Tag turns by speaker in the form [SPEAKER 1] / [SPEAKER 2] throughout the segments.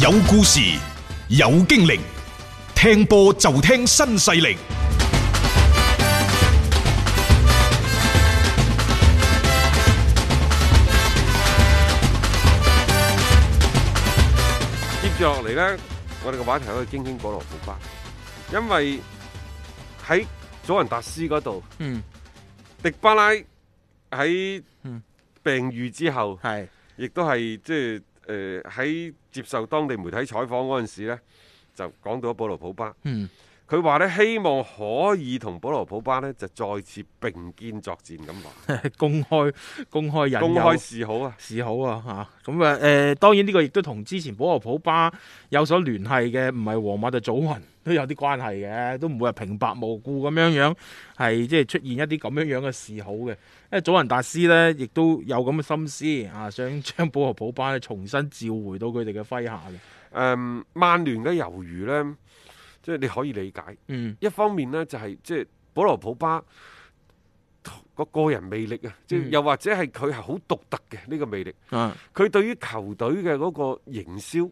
[SPEAKER 1] 有故事，有經歷，聽波就聽新勢力。
[SPEAKER 2] 接住落嚟呢，我哋嘅話題可以傾傾保羅普巴，因為喺祖雲達斯嗰度，
[SPEAKER 3] 嗯，
[SPEAKER 2] 迪巴拉喺
[SPEAKER 3] 嗯
[SPEAKER 2] 病愈之後，
[SPEAKER 3] 係
[SPEAKER 2] 亦都係即係誒喺接受當地媒體採訪嗰陣時咧，就講到保羅普巴，
[SPEAKER 3] 嗯
[SPEAKER 2] 佢話呢，希望可以同保羅普巴呢就再次並肩作戰咁話，
[SPEAKER 3] 公開公開引
[SPEAKER 2] 公
[SPEAKER 3] 誘
[SPEAKER 2] 開示好啊！
[SPEAKER 3] 示好啊嚇，咁啊誒，當然呢個亦都同之前保羅普巴有所聯繫嘅，唔係皇馬就祖雲都有啲關係嘅，都唔會係平白無故咁樣樣係即係出現一啲咁樣樣嘅示好嘅，因為祖雲達斯呢亦都有咁嘅心思啊，想 將保羅普巴咧重新召回到佢哋嘅麾下嘅，
[SPEAKER 2] 誒、曼聯嘅猶豫呢，即係你可以理解。
[SPEAKER 3] 嗯
[SPEAKER 2] 一方面呢，就係即係保羅普巴個個人魅力啊，即係
[SPEAKER 3] 嗯
[SPEAKER 2] 又或者係佢係好獨特嘅呢個魅力。
[SPEAKER 3] 啊
[SPEAKER 2] 佢對於球隊嘅嗰個營銷，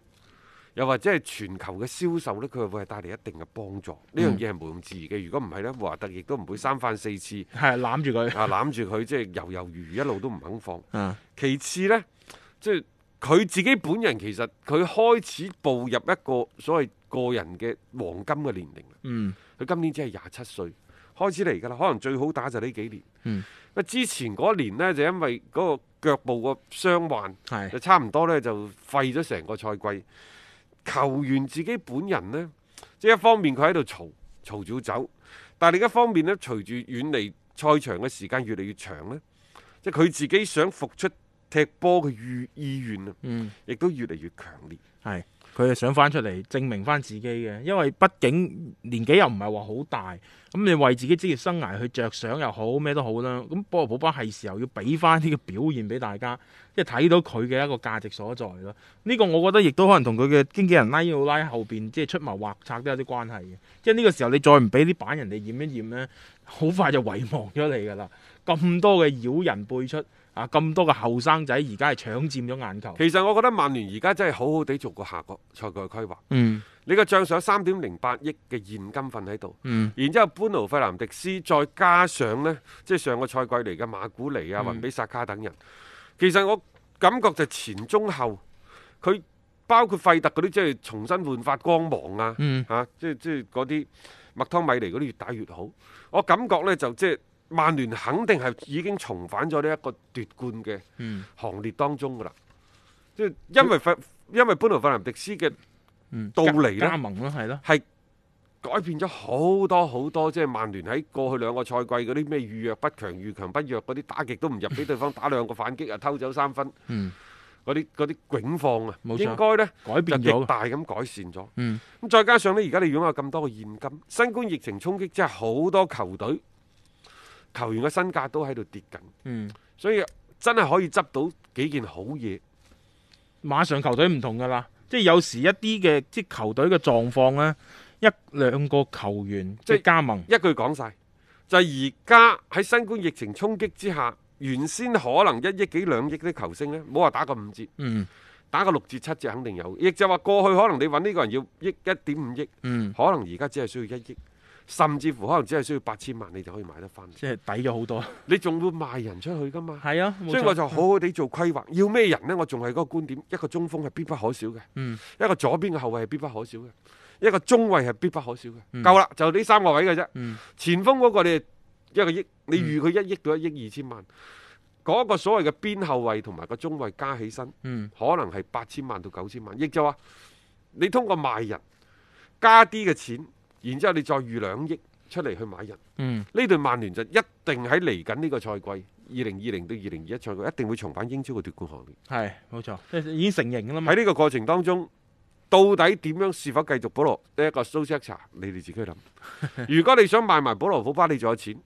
[SPEAKER 2] 又或者係全球嘅銷售呢，佢係會係帶嚟一定嘅幫助。呢樣
[SPEAKER 3] 嗯
[SPEAKER 2] 嘢係毋庸置疑嘅。如果唔係呢，華特亦都唔會三番四次
[SPEAKER 3] 係攬住佢
[SPEAKER 2] 啊攬住佢，即係猶猶豫豫一路都唔肯放。
[SPEAKER 3] 啊
[SPEAKER 2] 其次呢，即係佢自己本人其實佢開始步入一個所謂個人嘅黃金嘅年齡。
[SPEAKER 3] 嗯
[SPEAKER 2] 佢今年只係廿七歲，開始嚟㗎啦。可能最好打就呢幾年。
[SPEAKER 3] 嗯
[SPEAKER 2] 咁啊之前嗰一年呢，就因為嗰個腳部個傷患，
[SPEAKER 3] 係
[SPEAKER 2] 就差唔多呢，就廢咗成個賽季。球員自己本人呢，即係一方面佢喺度嘈嘈住要走，但係另一方面呢，隨住遠離賽場嘅時間越嚟越長呢，即係佢自己想復出踢波嘅意意願啊，
[SPEAKER 3] 嗯。
[SPEAKER 2] 亦都越嚟越強烈。
[SPEAKER 3] 係，佢係想翻出嚟證明翻自己嘅，因為畢竟年紀又唔係話好大，咁你為自己職業生涯去着想又好咩都好啦。咁波羅普巴係時候要俾翻呢個表現俾大家，即係睇到佢嘅一個價值所在咯。呢、個我覺得亦都可能同佢嘅經紀人拉伊奧拉後邊即係出謀劃策都有啲關係嘅。即係呢個時候你再唔俾啲板人哋驗一驗呢，好快就遺忘咗你㗎啦。咁多嘅妖人輩出啊，咁多嘅後生仔而家係搶佔咗眼球。
[SPEAKER 2] 其實我覺得曼聯而家真係好好地做個下個賽季嘅規劃。
[SPEAKER 3] 嗯
[SPEAKER 2] 你個帳上三點零八億嘅現金份喺度，
[SPEAKER 3] 嗯
[SPEAKER 2] 然之後班奴費南迪斯再加上呢，即係上個賽季嚟嘅馬古尼啊、
[SPEAKER 3] 嗯
[SPEAKER 2] 雲比薩卡等人，其實我感覺就前中後，佢包括費特嗰啲即係重新煥發光芒啊，
[SPEAKER 3] 嗯。
[SPEAKER 2] 嚇、即係即係嗰啲麥湯米尼嗰啲越打越好，我感覺呢，就即係曼聯肯定係已經重返咗呢一個奪冠嘅
[SPEAKER 3] 嗯
[SPEAKER 2] 行列當中㗎啦，即係因為費因為班奴費南迪斯嘅
[SPEAKER 3] 嗯，
[SPEAKER 2] 到嚟呢
[SPEAKER 3] 加加盟咯，係咯，
[SPEAKER 2] 係改變咗好多好多，即係曼聯喺過去兩個賽季嗰啲咩遇弱不強、遇強不弱嗰啲打極都唔入，俾對方打兩個反擊啊，偷走三分
[SPEAKER 3] 嗯，
[SPEAKER 2] 嗰啲嗰啲境況啊，
[SPEAKER 3] 冇錯
[SPEAKER 2] 應該呢
[SPEAKER 3] 改
[SPEAKER 2] 就
[SPEAKER 3] 變
[SPEAKER 2] 極
[SPEAKER 3] 咗嘅，
[SPEAKER 2] 大咁改善咗。
[SPEAKER 3] 嗯，
[SPEAKER 2] 咁再加上呢，而家你擁有咁多嘅現金，新冠疫情衝擊之下，好多球隊球員嘅身價都喺度跌緊，
[SPEAKER 3] 嗯，
[SPEAKER 2] 所以真係可以執到幾件好嘢。
[SPEAKER 3] 馬上球隊唔同噶啦，即係有時一啲嘅即係球隊嘅狀況咧，一兩個球員
[SPEAKER 2] 即
[SPEAKER 3] 即
[SPEAKER 2] 係
[SPEAKER 3] 係加盟，
[SPEAKER 2] 一句講晒，就係而家喺新冠疫情衝擊之下，原先可能一億幾兩億啲球星呢，唔好話打個五折，
[SPEAKER 3] 嗯
[SPEAKER 2] 打個六折七折肯定有。亦就話過去可能你揾呢個人要億一點五億，
[SPEAKER 3] 嗯，
[SPEAKER 2] 可能而家只係需要一億，甚至乎可能只係需要八千萬，你就可以買得翻。
[SPEAKER 3] 即係抵咗好多，
[SPEAKER 2] 你仲會賣人出去㗎嘛？
[SPEAKER 3] 係啊，冇
[SPEAKER 2] 所以我
[SPEAKER 3] 錯
[SPEAKER 2] 就好好地做規劃，要咩人呢？我仲係嗰個觀點，一個中鋒係必不可少嘅，
[SPEAKER 3] 嗯
[SPEAKER 2] 一個左邊嘅後衞係必不可少嘅，一個中衞係必不可少嘅。
[SPEAKER 3] 嗯
[SPEAKER 2] 夠啦，就呢三個位嘅啫。
[SPEAKER 3] 嗯
[SPEAKER 2] 前鋒嗰個你一個億，你預佢一億到一億二千萬，嗰、個所謂嘅邊後衞同埋個中衞加起身，
[SPEAKER 3] 嗯
[SPEAKER 2] 可能係八千萬到九千萬，亦就話你通過賣人加啲嘅錢，然之後你再預兩億出嚟去買人，
[SPEAKER 3] 嗯，
[SPEAKER 2] 呢隊曼聯就一定喺嚟緊呢個賽季。二零二零到二零二一賽季一定會重返英超嘅奪冠行列。
[SPEAKER 3] 係冇錯，即係已經成型噶啦嘛，
[SPEAKER 2] 喺呢個過程當中，到底點樣是否繼續保羅呢一個蘇斯查？你哋自己諗。如果你想賣埋保羅普巴，你仲有錢，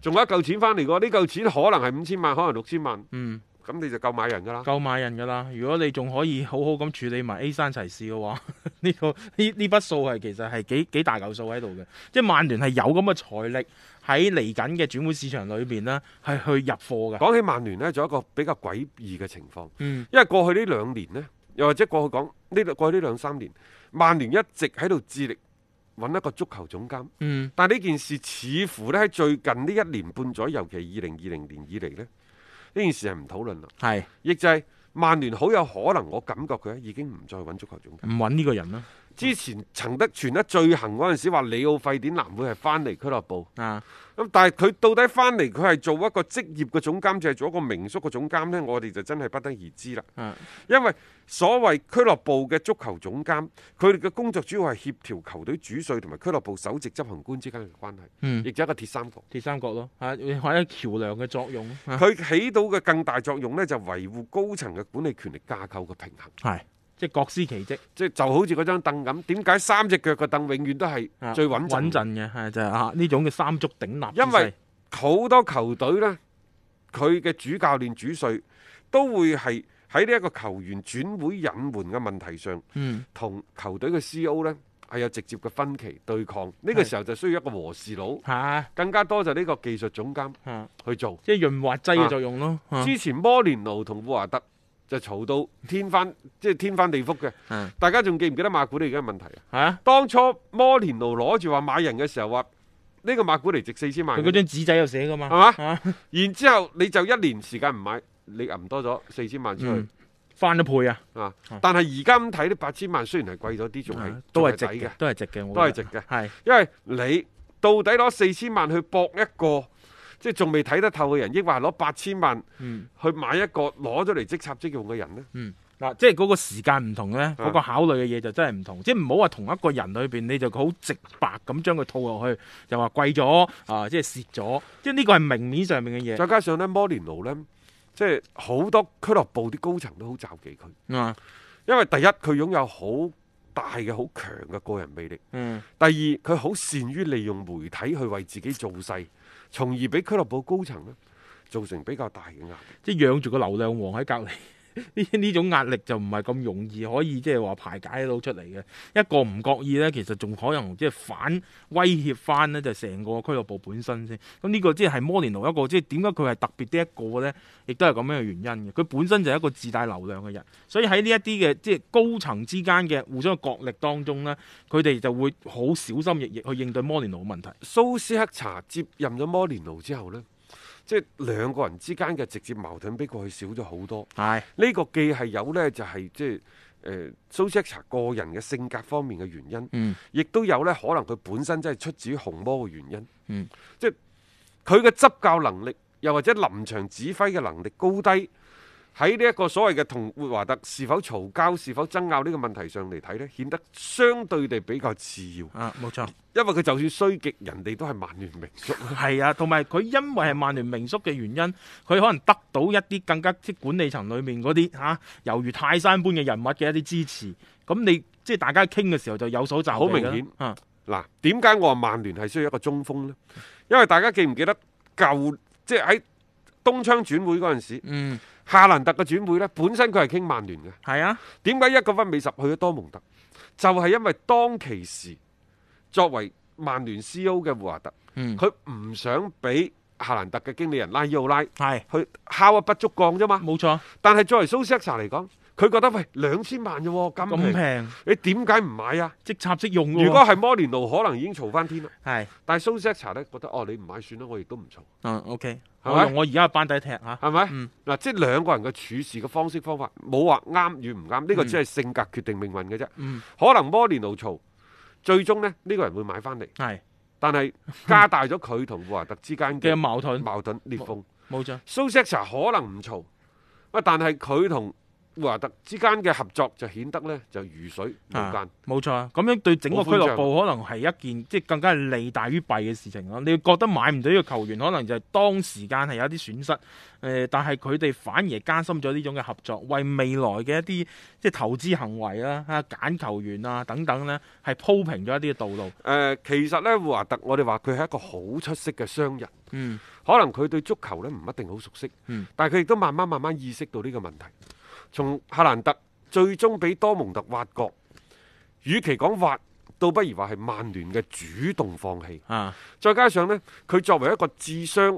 [SPEAKER 2] 仲有一嚿錢翻嚟嘅，呢嚿錢可能係五千萬，可能六千萬，
[SPEAKER 3] 嗯，
[SPEAKER 2] 咁你就夠買人㗎啦。
[SPEAKER 3] 夠買人噶啦，如果你仲可以好好咁處理埋 A 三齊士嘅話， 呢、個呢呢筆數係其實係幾幾大嚿數喺度嘅，即係曼聯係有咁嘅財力喺嚟緊嘅轉會市場裏邊呢，係去入貨嘅。
[SPEAKER 2] 講起曼聯呢，仲有一個比較詭異嘅情況，
[SPEAKER 3] 嗯
[SPEAKER 2] 因為過去呢兩年呢，又或者過去講呢兩過去呢兩三年，曼聯一直喺度致力揾一個足球總監。
[SPEAKER 3] 嗯，
[SPEAKER 2] 但呢件事似乎咧喺最近呢一年半左右，尤其二零二零年以嚟呢，呢件事係唔討論啦。
[SPEAKER 3] 係
[SPEAKER 2] 亦就係曼聯好有可能，我感覺佢已經唔再揾足球總監。
[SPEAKER 3] 唔揾呢個人啦。
[SPEAKER 2] 之前曾得傳得最行嗰陣時，話里奧費典南會係翻嚟俱樂部。
[SPEAKER 3] 啊，
[SPEAKER 2] 咁但係佢到底翻嚟，佢係做一個職業嘅總監，定係做一個名宿嘅總監呢？我哋就真係不得而知啦。
[SPEAKER 3] 啊
[SPEAKER 2] 因為所謂俱樂部嘅足球總監，佢哋嘅工作主要係協調球隊主帥同埋俱樂部首席執行官之間嘅關係，
[SPEAKER 3] 嗯，
[SPEAKER 2] 亦就係一個鐵三角。
[SPEAKER 3] 鐵三角咯，啊，或者橋梁嘅作用咯。啊
[SPEAKER 2] 佢起到嘅更大作用呢，就維護高層嘅管理權力架構嘅平衡。
[SPEAKER 3] 係，即係各司其職，
[SPEAKER 2] 即係就好似嗰張凳咁，點解三隻腳嘅凳永遠都係
[SPEAKER 3] 啊
[SPEAKER 2] 最穩陣嘅？
[SPEAKER 3] 穩陣嘅，係就係啊呢種嘅三足鼎立之勢。
[SPEAKER 2] 因為好多球隊呢，佢嘅主教練、主帥都會係喺呢一個球員轉會引援嘅問題上，
[SPEAKER 3] 嗯
[SPEAKER 2] 同球隊嘅 C.O. 呢係有直接嘅分歧對抗。呢、個
[SPEAKER 3] 係
[SPEAKER 2] 時候就需要一個和事佬，
[SPEAKER 3] 嚇
[SPEAKER 2] 更加多就呢個技術總監
[SPEAKER 3] 嚇，
[SPEAKER 2] 去做。
[SPEAKER 3] 即係潤滑劑嘅作用咯。啊
[SPEAKER 2] 之前摩連奴同布華德就嘈到天翻，即係天翻地覆嘅。
[SPEAKER 3] 啊
[SPEAKER 2] 大家仲記唔記得馬古尼嘅問題啊？
[SPEAKER 3] 係啊，
[SPEAKER 2] 當初摩連奴攞住話買人嘅時候話呢個馬古尼值四千萬
[SPEAKER 3] 佢，嗰張紙仔有寫噶嘛。
[SPEAKER 2] 係嘛
[SPEAKER 3] 啊？
[SPEAKER 2] 然之後你就一年時間唔買，你揞多咗四千萬出去
[SPEAKER 3] 嗯， 翻一倍啊，
[SPEAKER 2] 啊
[SPEAKER 3] 啊！
[SPEAKER 2] 但係而家咁睇呢八千萬雖然係貴咗啲，仲係
[SPEAKER 3] 啊都係
[SPEAKER 2] 係
[SPEAKER 3] 值
[SPEAKER 2] 抵嘅
[SPEAKER 3] 嘅，，都係值嘅，我
[SPEAKER 2] 都係
[SPEAKER 3] 覺
[SPEAKER 2] 值
[SPEAKER 3] 得
[SPEAKER 2] 嘅，
[SPEAKER 3] 係
[SPEAKER 2] 因為你到底攞四千萬去搏一個即係仲未睇得透嘅人，抑或係攞八千萬
[SPEAKER 3] 嗯。
[SPEAKER 2] 去買一個攞咗嚟即插即用嘅人呢？
[SPEAKER 3] 嗯，嗱，即係嗰個時間唔同咧，嗰、個考慮嘅嘢就真係唔同，即係唔好話同一個人裏邊，你就好直白咁將佢套落去，就話貴咗啊，即係蝕咗，即係呢個係明面上面嘅
[SPEAKER 2] 再加上呢，摩連奴呢，即係好多俱樂部啲高層都好罩忌佢。
[SPEAKER 3] 嘢啊，
[SPEAKER 2] 因為第一佢擁有好大嘅好強嘅個人魅力，
[SPEAKER 3] 嗯，
[SPEAKER 2] 第二佢好善於利用媒體去為自己造勢，從而俾俱樂部高層咧造成比較大嘅壓力。
[SPEAKER 3] 即係養住個流量王喺隔離。 呢呢種壓力就唔係咁容易可以即係話排解到出嚟嘅，一個唔覺意呢，其實仲可能即係反威脅翻呢，就成個俱樂部本身先。咁呢個即係摩連奴一個即係點解佢係特別的一個呢？亦都係咁樣嘅原因嘅。佢本身就係一個自帶流量嘅人，所以喺呢一啲嘅即係高層之間嘅互相嘅角力當中呢，佢哋就會好小心翼翼去應對摩連奴嘅問題。
[SPEAKER 2] 蘇斯克查接任咗摩連奴之後呢，即係兩個人之間嘅直接矛盾比過去少咗好多。
[SPEAKER 3] 係
[SPEAKER 2] 呢、個既係有呢，就係即係。誒蘇斯克查個人嘅性格方面嘅原因，
[SPEAKER 3] 嗯
[SPEAKER 2] 亦都有呢可能佢本身真係出自於紅魔嘅原因。
[SPEAKER 3] 嗯，
[SPEAKER 2] 即係佢嘅執教能力，又或者臨場指揮嘅能力高低，喺呢一個所謂嘅同活華特是否嘈交、是否爭拗呢個問題上嚟睇呢顯得相對地比較次要。
[SPEAKER 3] 啊，冇錯。
[SPEAKER 2] 因為佢就算衰極，人哋都係曼聯名宿。
[SPEAKER 3] 係啊，同埋佢因為係曼聯名宿嘅原因，佢可能得到一啲更加即係管理層裏面嗰啲嚇，猶如泰山般嘅人物嘅一啲支持。咁你即係大家傾嘅時候就有所就
[SPEAKER 2] 好明顯
[SPEAKER 3] 啊，
[SPEAKER 2] 嗱，點解我話曼聯係需要一個中鋒呢？因為大家記唔記得舊即係喺東窗轉會嗰陣時，
[SPEAKER 3] 嗯，
[SPEAKER 2] 夏蘭特嘅轉會呢，本身佢係傾曼聯嘅。
[SPEAKER 3] 係啊，
[SPEAKER 2] 點解一個分美十去咗多蒙特？就係、因為當其時作為曼聯 C.O. 嘅胡華特，
[SPEAKER 3] 嗯，
[SPEAKER 2] 佢唔想俾夏蘭特嘅經理人拉伊奧拉
[SPEAKER 3] 係
[SPEAKER 2] 去敲一筆竹槓啫嘛。
[SPEAKER 3] 冇錯，
[SPEAKER 2] 但係作為蘇斯克查嚟講，佢覺得喂兩千萬啫喎，咁
[SPEAKER 3] 咁
[SPEAKER 2] 平，
[SPEAKER 3] 平
[SPEAKER 2] 你點解唔買啊？
[SPEAKER 3] 即插即用嘅喎。
[SPEAKER 2] 如果係摩連奴，可能已經嘈翻天啦。
[SPEAKER 3] 係，
[SPEAKER 2] 但係蘇斯克查呢，覺得哦，你唔買算啦，我亦都唔嘈，
[SPEAKER 3] 嗯，OK，
[SPEAKER 2] 係咪
[SPEAKER 3] 我用我而家嘅班底踢嚇，
[SPEAKER 2] 係咪？嗱、
[SPEAKER 3] 嗯
[SPEAKER 2] 即係兩個人嘅處事嘅方式方法，冇話啱與唔啱，呢、個
[SPEAKER 3] 嗯
[SPEAKER 2] 只係性格決定命運嘅啫。
[SPEAKER 3] 嗯，
[SPEAKER 2] 可能摩連奴嘈，最終呢，呢、個人會買翻嚟，
[SPEAKER 3] 係
[SPEAKER 2] 但係加大咗佢同布華特之間
[SPEAKER 3] 嘅
[SPEAKER 2] 嘅
[SPEAKER 3] 矛盾，
[SPEAKER 2] 矛盾裂縫。
[SPEAKER 3] 冇錯，
[SPEAKER 2] 蘇斯克查可能唔嘈，喂，但係佢同布華特之間嘅合作就顯得呢就如水無間
[SPEAKER 3] 啊。冇錯啊，咁樣對整個俱樂部可能係一件即係更加係利大於弊嘅事情咯。你覺得買唔到呢個球員，可能就係當時間係有啲損失，誒、但係佢哋反而係加深咗呢種嘅合作，為未來嘅一啲即係投資行為啦、啊揀球員啊等等咧，係鋪平咗一啲嘅道路。
[SPEAKER 2] 誒、其實呢，布華特我哋話佢係一個好出色嘅商人，
[SPEAKER 3] 嗯，
[SPEAKER 2] 可能佢對足球呢唔一定好熟悉，
[SPEAKER 3] 嗯
[SPEAKER 2] 但係佢亦都慢慢慢慢意識到呢個問題。從夏蘭特最終俾多蒙特挖角，與其講挖，倒不如話係曼聯嘅主動放棄。
[SPEAKER 3] 啊，
[SPEAKER 2] 再加上呢，佢作為一個智商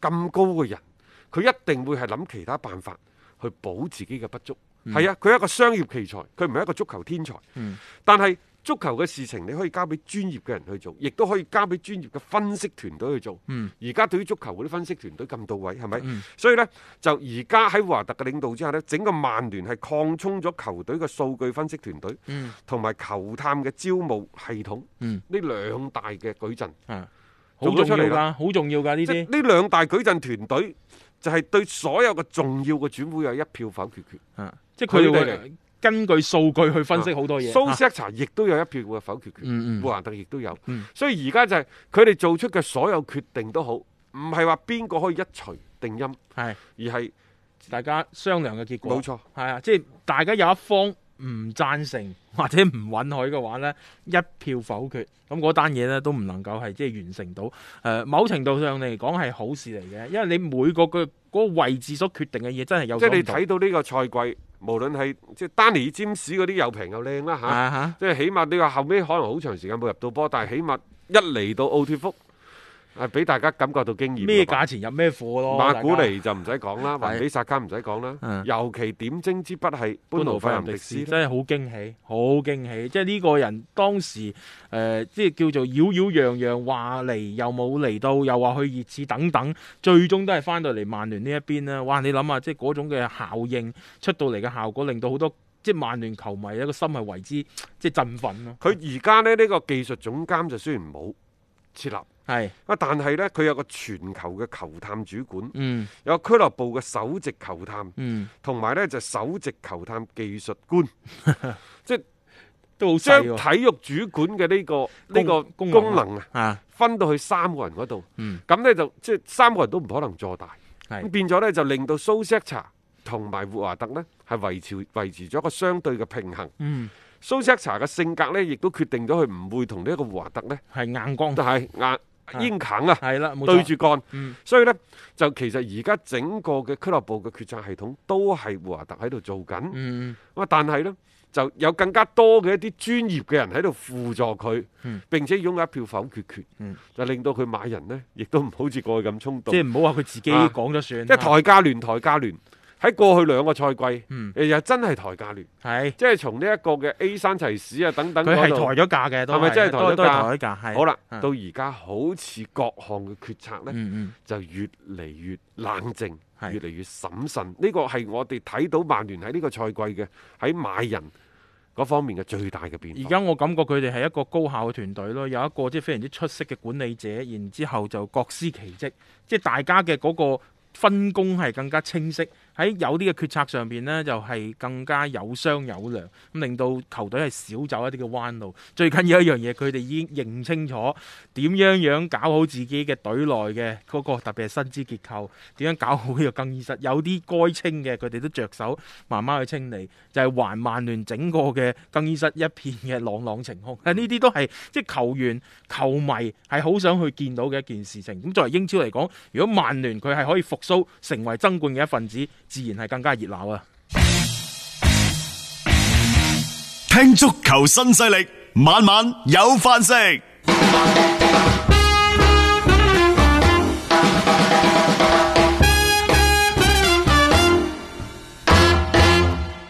[SPEAKER 2] 咁高嘅人，佢一定會係諗其他辦法去補自己嘅不足。
[SPEAKER 3] 嗯
[SPEAKER 2] 係啊，佢係一個商業奇才，佢唔係一個足球天才。但係足球嘅事情，你可以交俾專業嘅人去做，亦都可以交俾專業嘅分析團隊去做。
[SPEAKER 3] 嗯
[SPEAKER 2] 而家、對於足球嗰啲分析團隊咁到位，係咪？所以呢，就而家喺華特嘅領導之下呢，整個曼聯係擴充咗球隊嘅數據分析團隊
[SPEAKER 3] 嗯，
[SPEAKER 2] 同埋、球探嘅招募系統呢、
[SPEAKER 3] 嗯
[SPEAKER 2] 兩大嘅矩陣。
[SPEAKER 3] 啊，好
[SPEAKER 2] 做
[SPEAKER 3] 重
[SPEAKER 2] 咗出
[SPEAKER 3] 要
[SPEAKER 2] 嚟
[SPEAKER 3] 噶，
[SPEAKER 2] 啦
[SPEAKER 3] 好重要噶呢
[SPEAKER 2] 即
[SPEAKER 3] 啲
[SPEAKER 2] 係。呢兩大矩陣團隊就係對所有嘅重要嘅轉會有一票否決權。
[SPEAKER 3] 啊，即係佢哋
[SPEAKER 2] 佢哋
[SPEAKER 3] 會根據數據去分析好多嘢。
[SPEAKER 2] 蘇
[SPEAKER 3] 啊
[SPEAKER 2] 斯克查亦都有一票嘅否決權，
[SPEAKER 3] 嗯
[SPEAKER 2] 布
[SPEAKER 3] 嗯，
[SPEAKER 2] 蘭特亦都有
[SPEAKER 3] 嗯。
[SPEAKER 2] 所以而家就係佢哋做出嘅所有決定都好，唔係話邊個可以一錘定音，
[SPEAKER 3] 係
[SPEAKER 2] 而係
[SPEAKER 3] 大家商量嘅結果。
[SPEAKER 2] 冇錯，
[SPEAKER 3] 係啊，即係大家有一方唔贊成或者唔允許嘅話呢，一票否決，咁嗰單嘢呢都唔能夠係即係完成到。誒、某程度上嚟講係好事嚟嘅，因為你每個嘅嗰個位置所決定嘅嘢真係有
[SPEAKER 2] 即
[SPEAKER 3] 所唔
[SPEAKER 2] 係
[SPEAKER 3] 同。
[SPEAKER 2] 你睇到呢個賽季，無論係即係丹尼爾詹士嗰啲又平又靚啦嚇。
[SPEAKER 3] 啊嚇，
[SPEAKER 2] 即係起碼你話後尾可能好長時間冇入到波，但係起碼一嚟到奧脱福，係俾大家感覺到驚豔。
[SPEAKER 3] 咩價錢入咩貨咯？
[SPEAKER 2] 馬古
[SPEAKER 3] 哦大家
[SPEAKER 2] 尼就唔使講啦，
[SPEAKER 3] 係
[SPEAKER 2] 雲比薩卡唔使講啦
[SPEAKER 3] 嗯，
[SPEAKER 2] 尤其點睛之筆係
[SPEAKER 3] 般
[SPEAKER 2] 班
[SPEAKER 3] 奴
[SPEAKER 2] 奴
[SPEAKER 3] 費
[SPEAKER 2] 費
[SPEAKER 3] 林
[SPEAKER 2] 林
[SPEAKER 3] 迪
[SPEAKER 2] 迪
[SPEAKER 3] 斯
[SPEAKER 2] 斯
[SPEAKER 3] 真係好驚喜，好驚喜！即係呢個人當時誒、呃即係叫做擾擾攘攘，話嚟又冇嚟到，又話去熱刺等等，最終都係翻到嚟曼聯呢一邊啦。哇！你諗下，即係嗰種嘅效應出到嚟嘅效果，令到好多即係曼聯球迷一個心係為之即係振奮咯。
[SPEAKER 2] 佢而家呢，呢個技術總監就雖然冇設立，啊
[SPEAKER 3] 係，
[SPEAKER 2] 但係呢，佢有個全球嘅球探主管，
[SPEAKER 3] 嗯
[SPEAKER 2] 有俱樂部嘅首席球探，
[SPEAKER 3] 嗯，
[SPEAKER 2] 同埋呢就首席球探技術官，
[SPEAKER 3] 都好
[SPEAKER 2] 將
[SPEAKER 3] 細喎
[SPEAKER 2] 體育主管嘅呢個呢個
[SPEAKER 3] 功功
[SPEAKER 2] 功能啊，
[SPEAKER 3] 啊！
[SPEAKER 2] 分到去三個人嗰度。
[SPEAKER 3] 嗯，
[SPEAKER 2] 咁呢，就即係三個人都唔可能坐大，
[SPEAKER 3] 係
[SPEAKER 2] 咁變咗呢，就令到蘇斯克查同埋活華特呢，係維持維持咗一個相對嘅平衡。
[SPEAKER 3] 嗯，
[SPEAKER 2] 蘇斯克查嘅性格呢，亦都決定咗佢唔會同呢一個活華特呢，
[SPEAKER 3] 係硬光，
[SPEAKER 2] 就係
[SPEAKER 3] 係
[SPEAKER 2] 硬硬啃啊，
[SPEAKER 3] 係啦，冇錯
[SPEAKER 2] 對住幹。
[SPEAKER 3] 嗯
[SPEAKER 2] 所以呢，就其實而家整個嘅俱樂部嘅決策系統都係活華特喺度做緊。咁啊、
[SPEAKER 3] 嗯。
[SPEAKER 2] 但係呢，就有更加多嘅一啲專業嘅人喺度輔助佢，
[SPEAKER 3] 嗯
[SPEAKER 2] 並且擁有一票否決權，
[SPEAKER 3] 嗯
[SPEAKER 2] 就令到佢買人呢，亦都唔好似過去咁衝動。
[SPEAKER 3] 即係唔好話佢自己
[SPEAKER 2] 啊
[SPEAKER 3] 講咗算，
[SPEAKER 2] 即係抬價聯，抬價聯喺過去兩個賽季，
[SPEAKER 3] 嗯
[SPEAKER 2] 誒又真係抬價聯，
[SPEAKER 3] 係
[SPEAKER 2] 即係從呢一個嘅 A 山齊士啊等等
[SPEAKER 3] 佢係
[SPEAKER 2] 嗰度
[SPEAKER 3] 抬咗價嘅，都
[SPEAKER 2] 係咪真係抬咗
[SPEAKER 3] 都都係
[SPEAKER 2] 價
[SPEAKER 3] 抬咗價？係
[SPEAKER 2] 好啦，
[SPEAKER 3] 啊
[SPEAKER 2] 到而家好似各項嘅決策呢，
[SPEAKER 3] 嗯
[SPEAKER 2] 就越嚟越冷靜，
[SPEAKER 3] 係
[SPEAKER 2] 越嚟越審慎。呢個係我哋睇到曼聯喺呢個賽季嘅喺買人嗰方面嘅最大嘅變
[SPEAKER 3] 嗯，而
[SPEAKER 2] 化。
[SPEAKER 3] 家我感覺佢哋係一個高效嘅團隊咯，有一個即係非常之出色嘅管理者，然之後就各司其職，即係大家嘅嗰個分工係更加清晰，喺有啲嘅決策上邊呢，就係、更加有商有量，咁令到球隊係少走一啲嘅彎路。最緊要一樣嘢，佢哋已經認清楚點樣樣搞好自己嘅隊內嘅嗰個特別係薪資結構，點樣搞好呢個更衣室，有啲該清嘅佢哋都着手慢慢去清理，就係、還曼聯整個嘅更衣室一片嘅朗朗晴空。啊呢啲都係即係球員、球迷係好想去見到嘅一件事情。咁作為英超嚟講，如果曼聯佢係可以復甦成為爭冠嘅一份子，自然係更加熱鬧啊！
[SPEAKER 1] 聽足球新勢力，晚晚有飯食。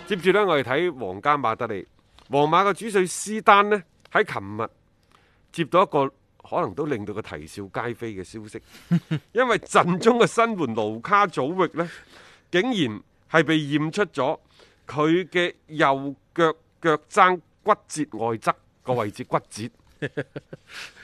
[SPEAKER 2] 接住呢，我哋睇皇家馬德里，皇馬嘅主帥斯丹呢，喺琴日接到一個可能都令到佢啼笑皆非嘅消息，因為陣中嘅新援盧卡祖域呢，竟然係被驗出咗佢嘅右腳腳踭骨折外側個位置骨折。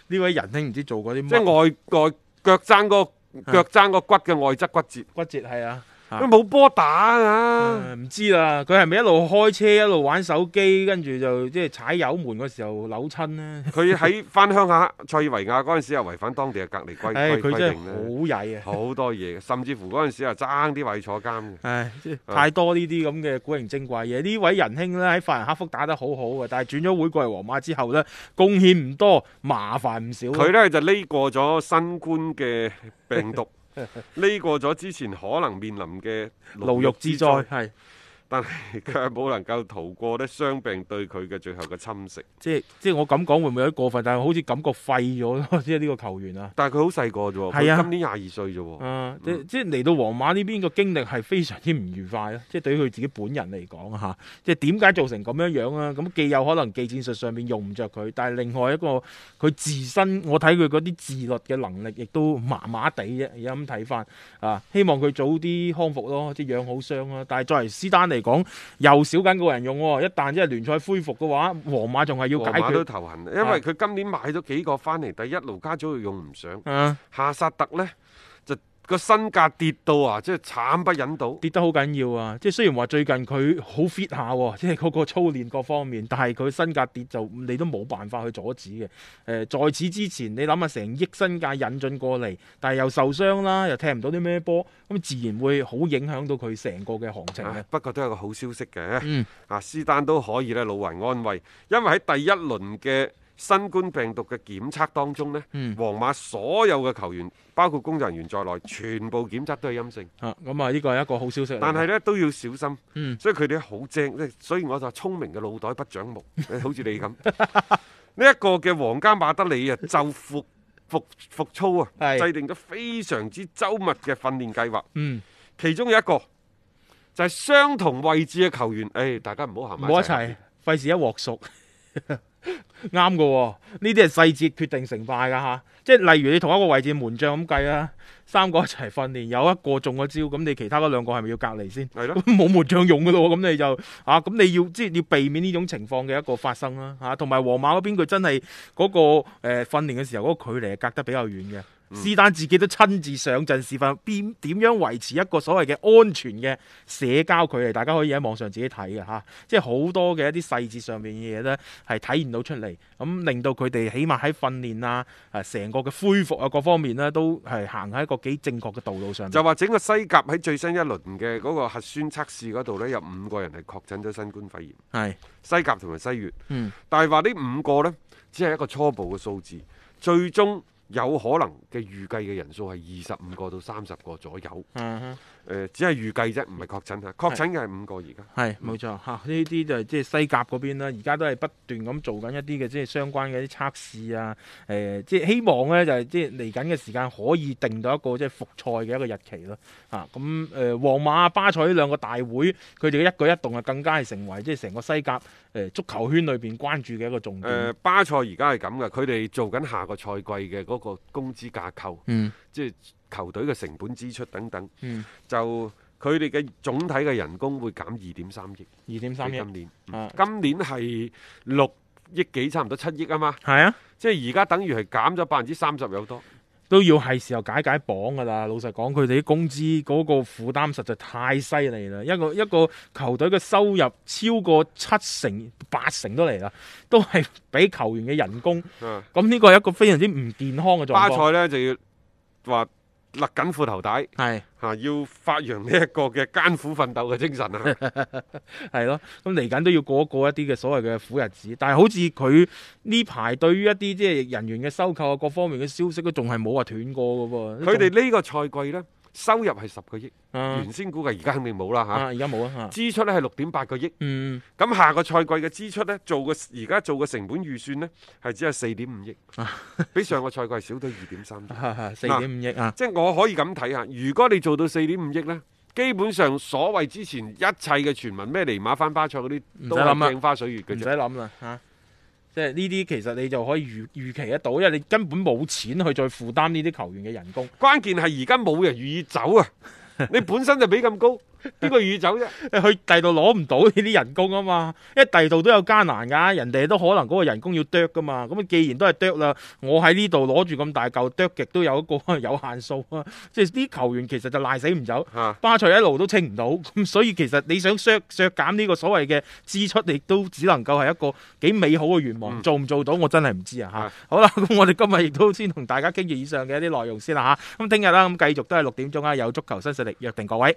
[SPEAKER 3] 呢位仁兄唔知做過啲
[SPEAKER 2] 即係
[SPEAKER 3] 乜
[SPEAKER 2] 外外腳踭個腳踭個骨嘅外側骨折，
[SPEAKER 3] 骨折係啊？啊
[SPEAKER 2] 佢冇波打啊！
[SPEAKER 3] 誒唔知啦，佢係咪一路開車一路玩手機，跟住就即係踩油門嗰時候扭親呢？
[SPEAKER 2] 佢 喺翻鄉下塞爾維亞嗰陣時又違反當地嘅隔離規
[SPEAKER 3] 唉，
[SPEAKER 2] 規
[SPEAKER 3] 佢
[SPEAKER 2] 規
[SPEAKER 3] 真係
[SPEAKER 2] 定咧，
[SPEAKER 3] 好曳啊！
[SPEAKER 2] 好多嘢嘅，甚至乎嗰陣時又爭啲位坐監嘅。
[SPEAKER 3] 唉，即係
[SPEAKER 2] 啊
[SPEAKER 3] 太多呢啲咁嘅古靈精怪嘢。呢位仁兄呢，喺法蘭克福打得好好嘅，但係轉咗會過嚟皇馬之後呢，貢獻唔多，麻煩唔少啊。
[SPEAKER 2] 佢呢就匿過咗新冠嘅 病毒，匿過咗之前可能面臨嘅
[SPEAKER 3] 牢獄之災係
[SPEAKER 2] 但係佢係冇能夠逃過呢傷病對佢嘅最後嘅侵蝕。
[SPEAKER 3] 即係即係我咁講會唔會有啲過分？但係好似感覺廢咗咯，即係呢個球員啊。
[SPEAKER 2] 但係佢好細個啫喎，
[SPEAKER 3] 係啊
[SPEAKER 2] 佢今年廿二歲啫喎。
[SPEAKER 3] 啊，即即係嚟到皇馬呢邊個經歷係非常之唔愉快咯，即 係對於佢自己本人嚟講啊嚇，即係點解造成咁樣樣啊？咁既有可能技戰術上面用唔着佢，但係另外一個佢自身，我睇佢嗰啲自律嘅能力亦都麻麻地啫。而家咁睇翻啊，希望佢早啲康復咯，即係養好傷啦。但係作為斯丹嚟講，又少緊個人用喎。一旦即係聯賽恢復嘅話，皇馬仲係要
[SPEAKER 2] 皇
[SPEAKER 3] 解
[SPEAKER 2] 馬都
[SPEAKER 3] 決
[SPEAKER 2] 頭痕，因為佢今年買咗幾個翻嚟，第一盧家祖又用唔上，
[SPEAKER 3] 啊，
[SPEAKER 2] 夏薩特呢，就個身價跌到啊，即係慘不忍睹。
[SPEAKER 3] 跌得好緊要啊！即係雖然話最近佢好 fit 下喎， 即係嗰個操練各方面，但係佢身價跌就你都冇辦法去阻止嘅。誒、在此之前，你諗下成億身價引進過嚟，但係又受傷啦，又踢唔到啲咩波，咁自然會好影響到佢成個嘅行情
[SPEAKER 2] 唉
[SPEAKER 3] 嘅。
[SPEAKER 2] 啊不過都有個好消息嘅，
[SPEAKER 3] 啊嗯
[SPEAKER 2] 啊斯丹都可以咧老懷安慰，因為喺第一輪嘅新冠病毒嘅檢測當中呢，
[SPEAKER 3] 嗯
[SPEAKER 2] 皇馬所有嘅球員，包括工作人員在內，全部檢測都係陰性，
[SPEAKER 3] 啊，咁啊呢個係一個好消息嚟嘅。
[SPEAKER 2] 但係呢都要小心，
[SPEAKER 3] 嗯
[SPEAKER 2] 所以佢哋好精，即係所以我就話聰明嘅腦袋不長目， 好似你咁。呢一個嘅皇家馬德里啊，就復 復復操啊，
[SPEAKER 3] 係
[SPEAKER 2] 制定咗非常之周密嘅訓練計劃。
[SPEAKER 3] 嗯，
[SPEAKER 2] 其中有一個就係、相同位置嘅球員，誒、大家唔好行
[SPEAKER 3] 唔
[SPEAKER 2] 埋
[SPEAKER 3] 好一齊，費事一鑊熟。 啱嘅喎，呢啲係細節決定成敗㗎吓，即係例如你同一個位置門將咁計啦，齊三個一齊訓練，有一個中咗招，咁你其他嗰兩個係咪要隔離先？
[SPEAKER 2] 係
[SPEAKER 3] 咁
[SPEAKER 2] 咯，
[SPEAKER 3] 冇門將用嘅咯喎，咁你就啊，咁你要即係要避免呢種情況嘅一個發生啦啊嚇。同埋皇馬嗰邊佢真係嗰、個誒、呃、訓練嘅時候嗰、個距離係隔得比較遠嘅。斯丹自己都親自上陣示範，邊點樣維持一個所謂嘅安全嘅社交距離，大家可以喺網上自己睇嘅嚇。即係好多嘅一啲細節上面嘅嘢咧，係體現到出嚟，咁令到佢哋起碼喺訓練啊、啊成個嘅恢復啊各方面咧，都係行喺一個幾正確嘅道路上面。
[SPEAKER 2] 就話整個西甲喺最新一輪嘅嗰個核酸測試嗰度呢，有五個人係確診咗新冠肺炎，
[SPEAKER 3] 係，
[SPEAKER 2] 西甲同埋西乙。
[SPEAKER 3] 嗯，
[SPEAKER 2] 但係話呢五個呢，只係一個初步嘅數字，最終有可能嘅預計嘅人數係二十五個到三十個左右。
[SPEAKER 3] 嗯哼。
[SPEAKER 2] 誒、只係預計啫，唔係確診嚇，確診嘅係五個而家。
[SPEAKER 3] 係冇錯嚇，呢啲就係即係西甲嗰邊啦，而家都係不斷咁做緊一啲嘅即係相關嘅一啲測試啊，誒、即係希望咧就係即係嚟緊嘅時間可以定到一個即係復賽嘅一個日期咯嚇。咁、誒，皇馬啊、巴塞呢兩個大會，佢哋嘅一舉一動啊，更加係成為即係成個西甲誒、足球圈裏邊關注嘅一個重
[SPEAKER 2] 誒、
[SPEAKER 3] 點。
[SPEAKER 2] 呃巴塞而家係咁嘅，佢哋做緊下個賽季嘅嗰個工資架構，
[SPEAKER 3] 嗯
[SPEAKER 2] 即係球隊嘅成本支出等等，
[SPEAKER 3] 嗯，
[SPEAKER 2] 就佢哋嘅總體嘅人工會減二點三億。
[SPEAKER 3] 二點三億
[SPEAKER 2] 今年，嗯
[SPEAKER 3] 啊
[SPEAKER 2] 今年係六億幾，差唔多七億啊嘛，
[SPEAKER 3] 係啊。
[SPEAKER 2] 即係而家等於係減咗百分之三十有多。
[SPEAKER 3] 都要係時候解解綁㗎啦。老實講，佢哋啲工資嗰個負擔實在太犀利啦。一個一個球隊嘅收入超過七成、八成都嚟啦，都係俾球員嘅人工。
[SPEAKER 2] 啊
[SPEAKER 3] 咁呢個係一個非常之唔健康嘅狀
[SPEAKER 2] 巴
[SPEAKER 3] 況。
[SPEAKER 2] 塞呢就要話勒緊褲頭帶
[SPEAKER 3] 係
[SPEAKER 2] 嚇、要發揚呢一個嘅艱苦奮鬥嘅精神啊！
[SPEAKER 3] 係咯，咁嚟緊都要過一過一啲嘅所謂嘅苦日子。但係好似佢呢排對於一啲即係人員嘅收購啊，各方面嘅消息都仲係冇話斷過㗎喎。
[SPEAKER 2] 佢哋嗯呢個賽季呢，收入係十個億，
[SPEAKER 3] 啊
[SPEAKER 2] 原先估計而家肯定冇啦嚇。
[SPEAKER 3] 啊而家冇啊啊
[SPEAKER 2] 支出呢係六點八個億，
[SPEAKER 3] 嗯
[SPEAKER 2] 咁下個賽季嘅支出呢，做個而家做個成本預算呢，係只係四點五億，比上個賽季係少咗二點三億。
[SPEAKER 3] 四點五億啊
[SPEAKER 2] 即係我可以咁睇下，如果你做到四點五億呢，基本上所謂之前一切嘅傳聞咩尼馬翻巴塞嗰
[SPEAKER 3] 唔使
[SPEAKER 2] 啲都
[SPEAKER 3] 諗啦啊
[SPEAKER 2] 係鏡花水月嘅
[SPEAKER 3] 唔使
[SPEAKER 2] 啫。
[SPEAKER 3] 諗啦嚇。即係呢啲其實你就可以預預期得到，因為你根本冇錢去再負擔呢啲球員嘅人工，
[SPEAKER 2] 關鍵係而家冇人願意走啊！你本身就俾咁高，邊個願意走 啫？
[SPEAKER 3] 去第度攞唔到呢啲人工啊嘛，因為第度都有艱難㗎，人哋都可能嗰個人工要啄㗎嘛，咁既然都係啄啦，我喺呢度攞住咁大嚿啄極都有一個 有限數啊，即係啲球員其實就賴死唔走。
[SPEAKER 2] 嚇、
[SPEAKER 3] 巴塞一路都清唔到， 咁所以其實你想削削減呢個所謂嘅支出，亦都只能夠係一個幾美好嘅願望。
[SPEAKER 2] 嗯
[SPEAKER 3] 做唔做到，我真係唔知啊
[SPEAKER 2] 係
[SPEAKER 3] 嚇。好啦， 咁我哋今日亦都先啊同大家傾住以上嘅一啲內容先啦嚇。咁聽日啦，咁繼續都係六點鐘啦，有足球新勢力約定各位。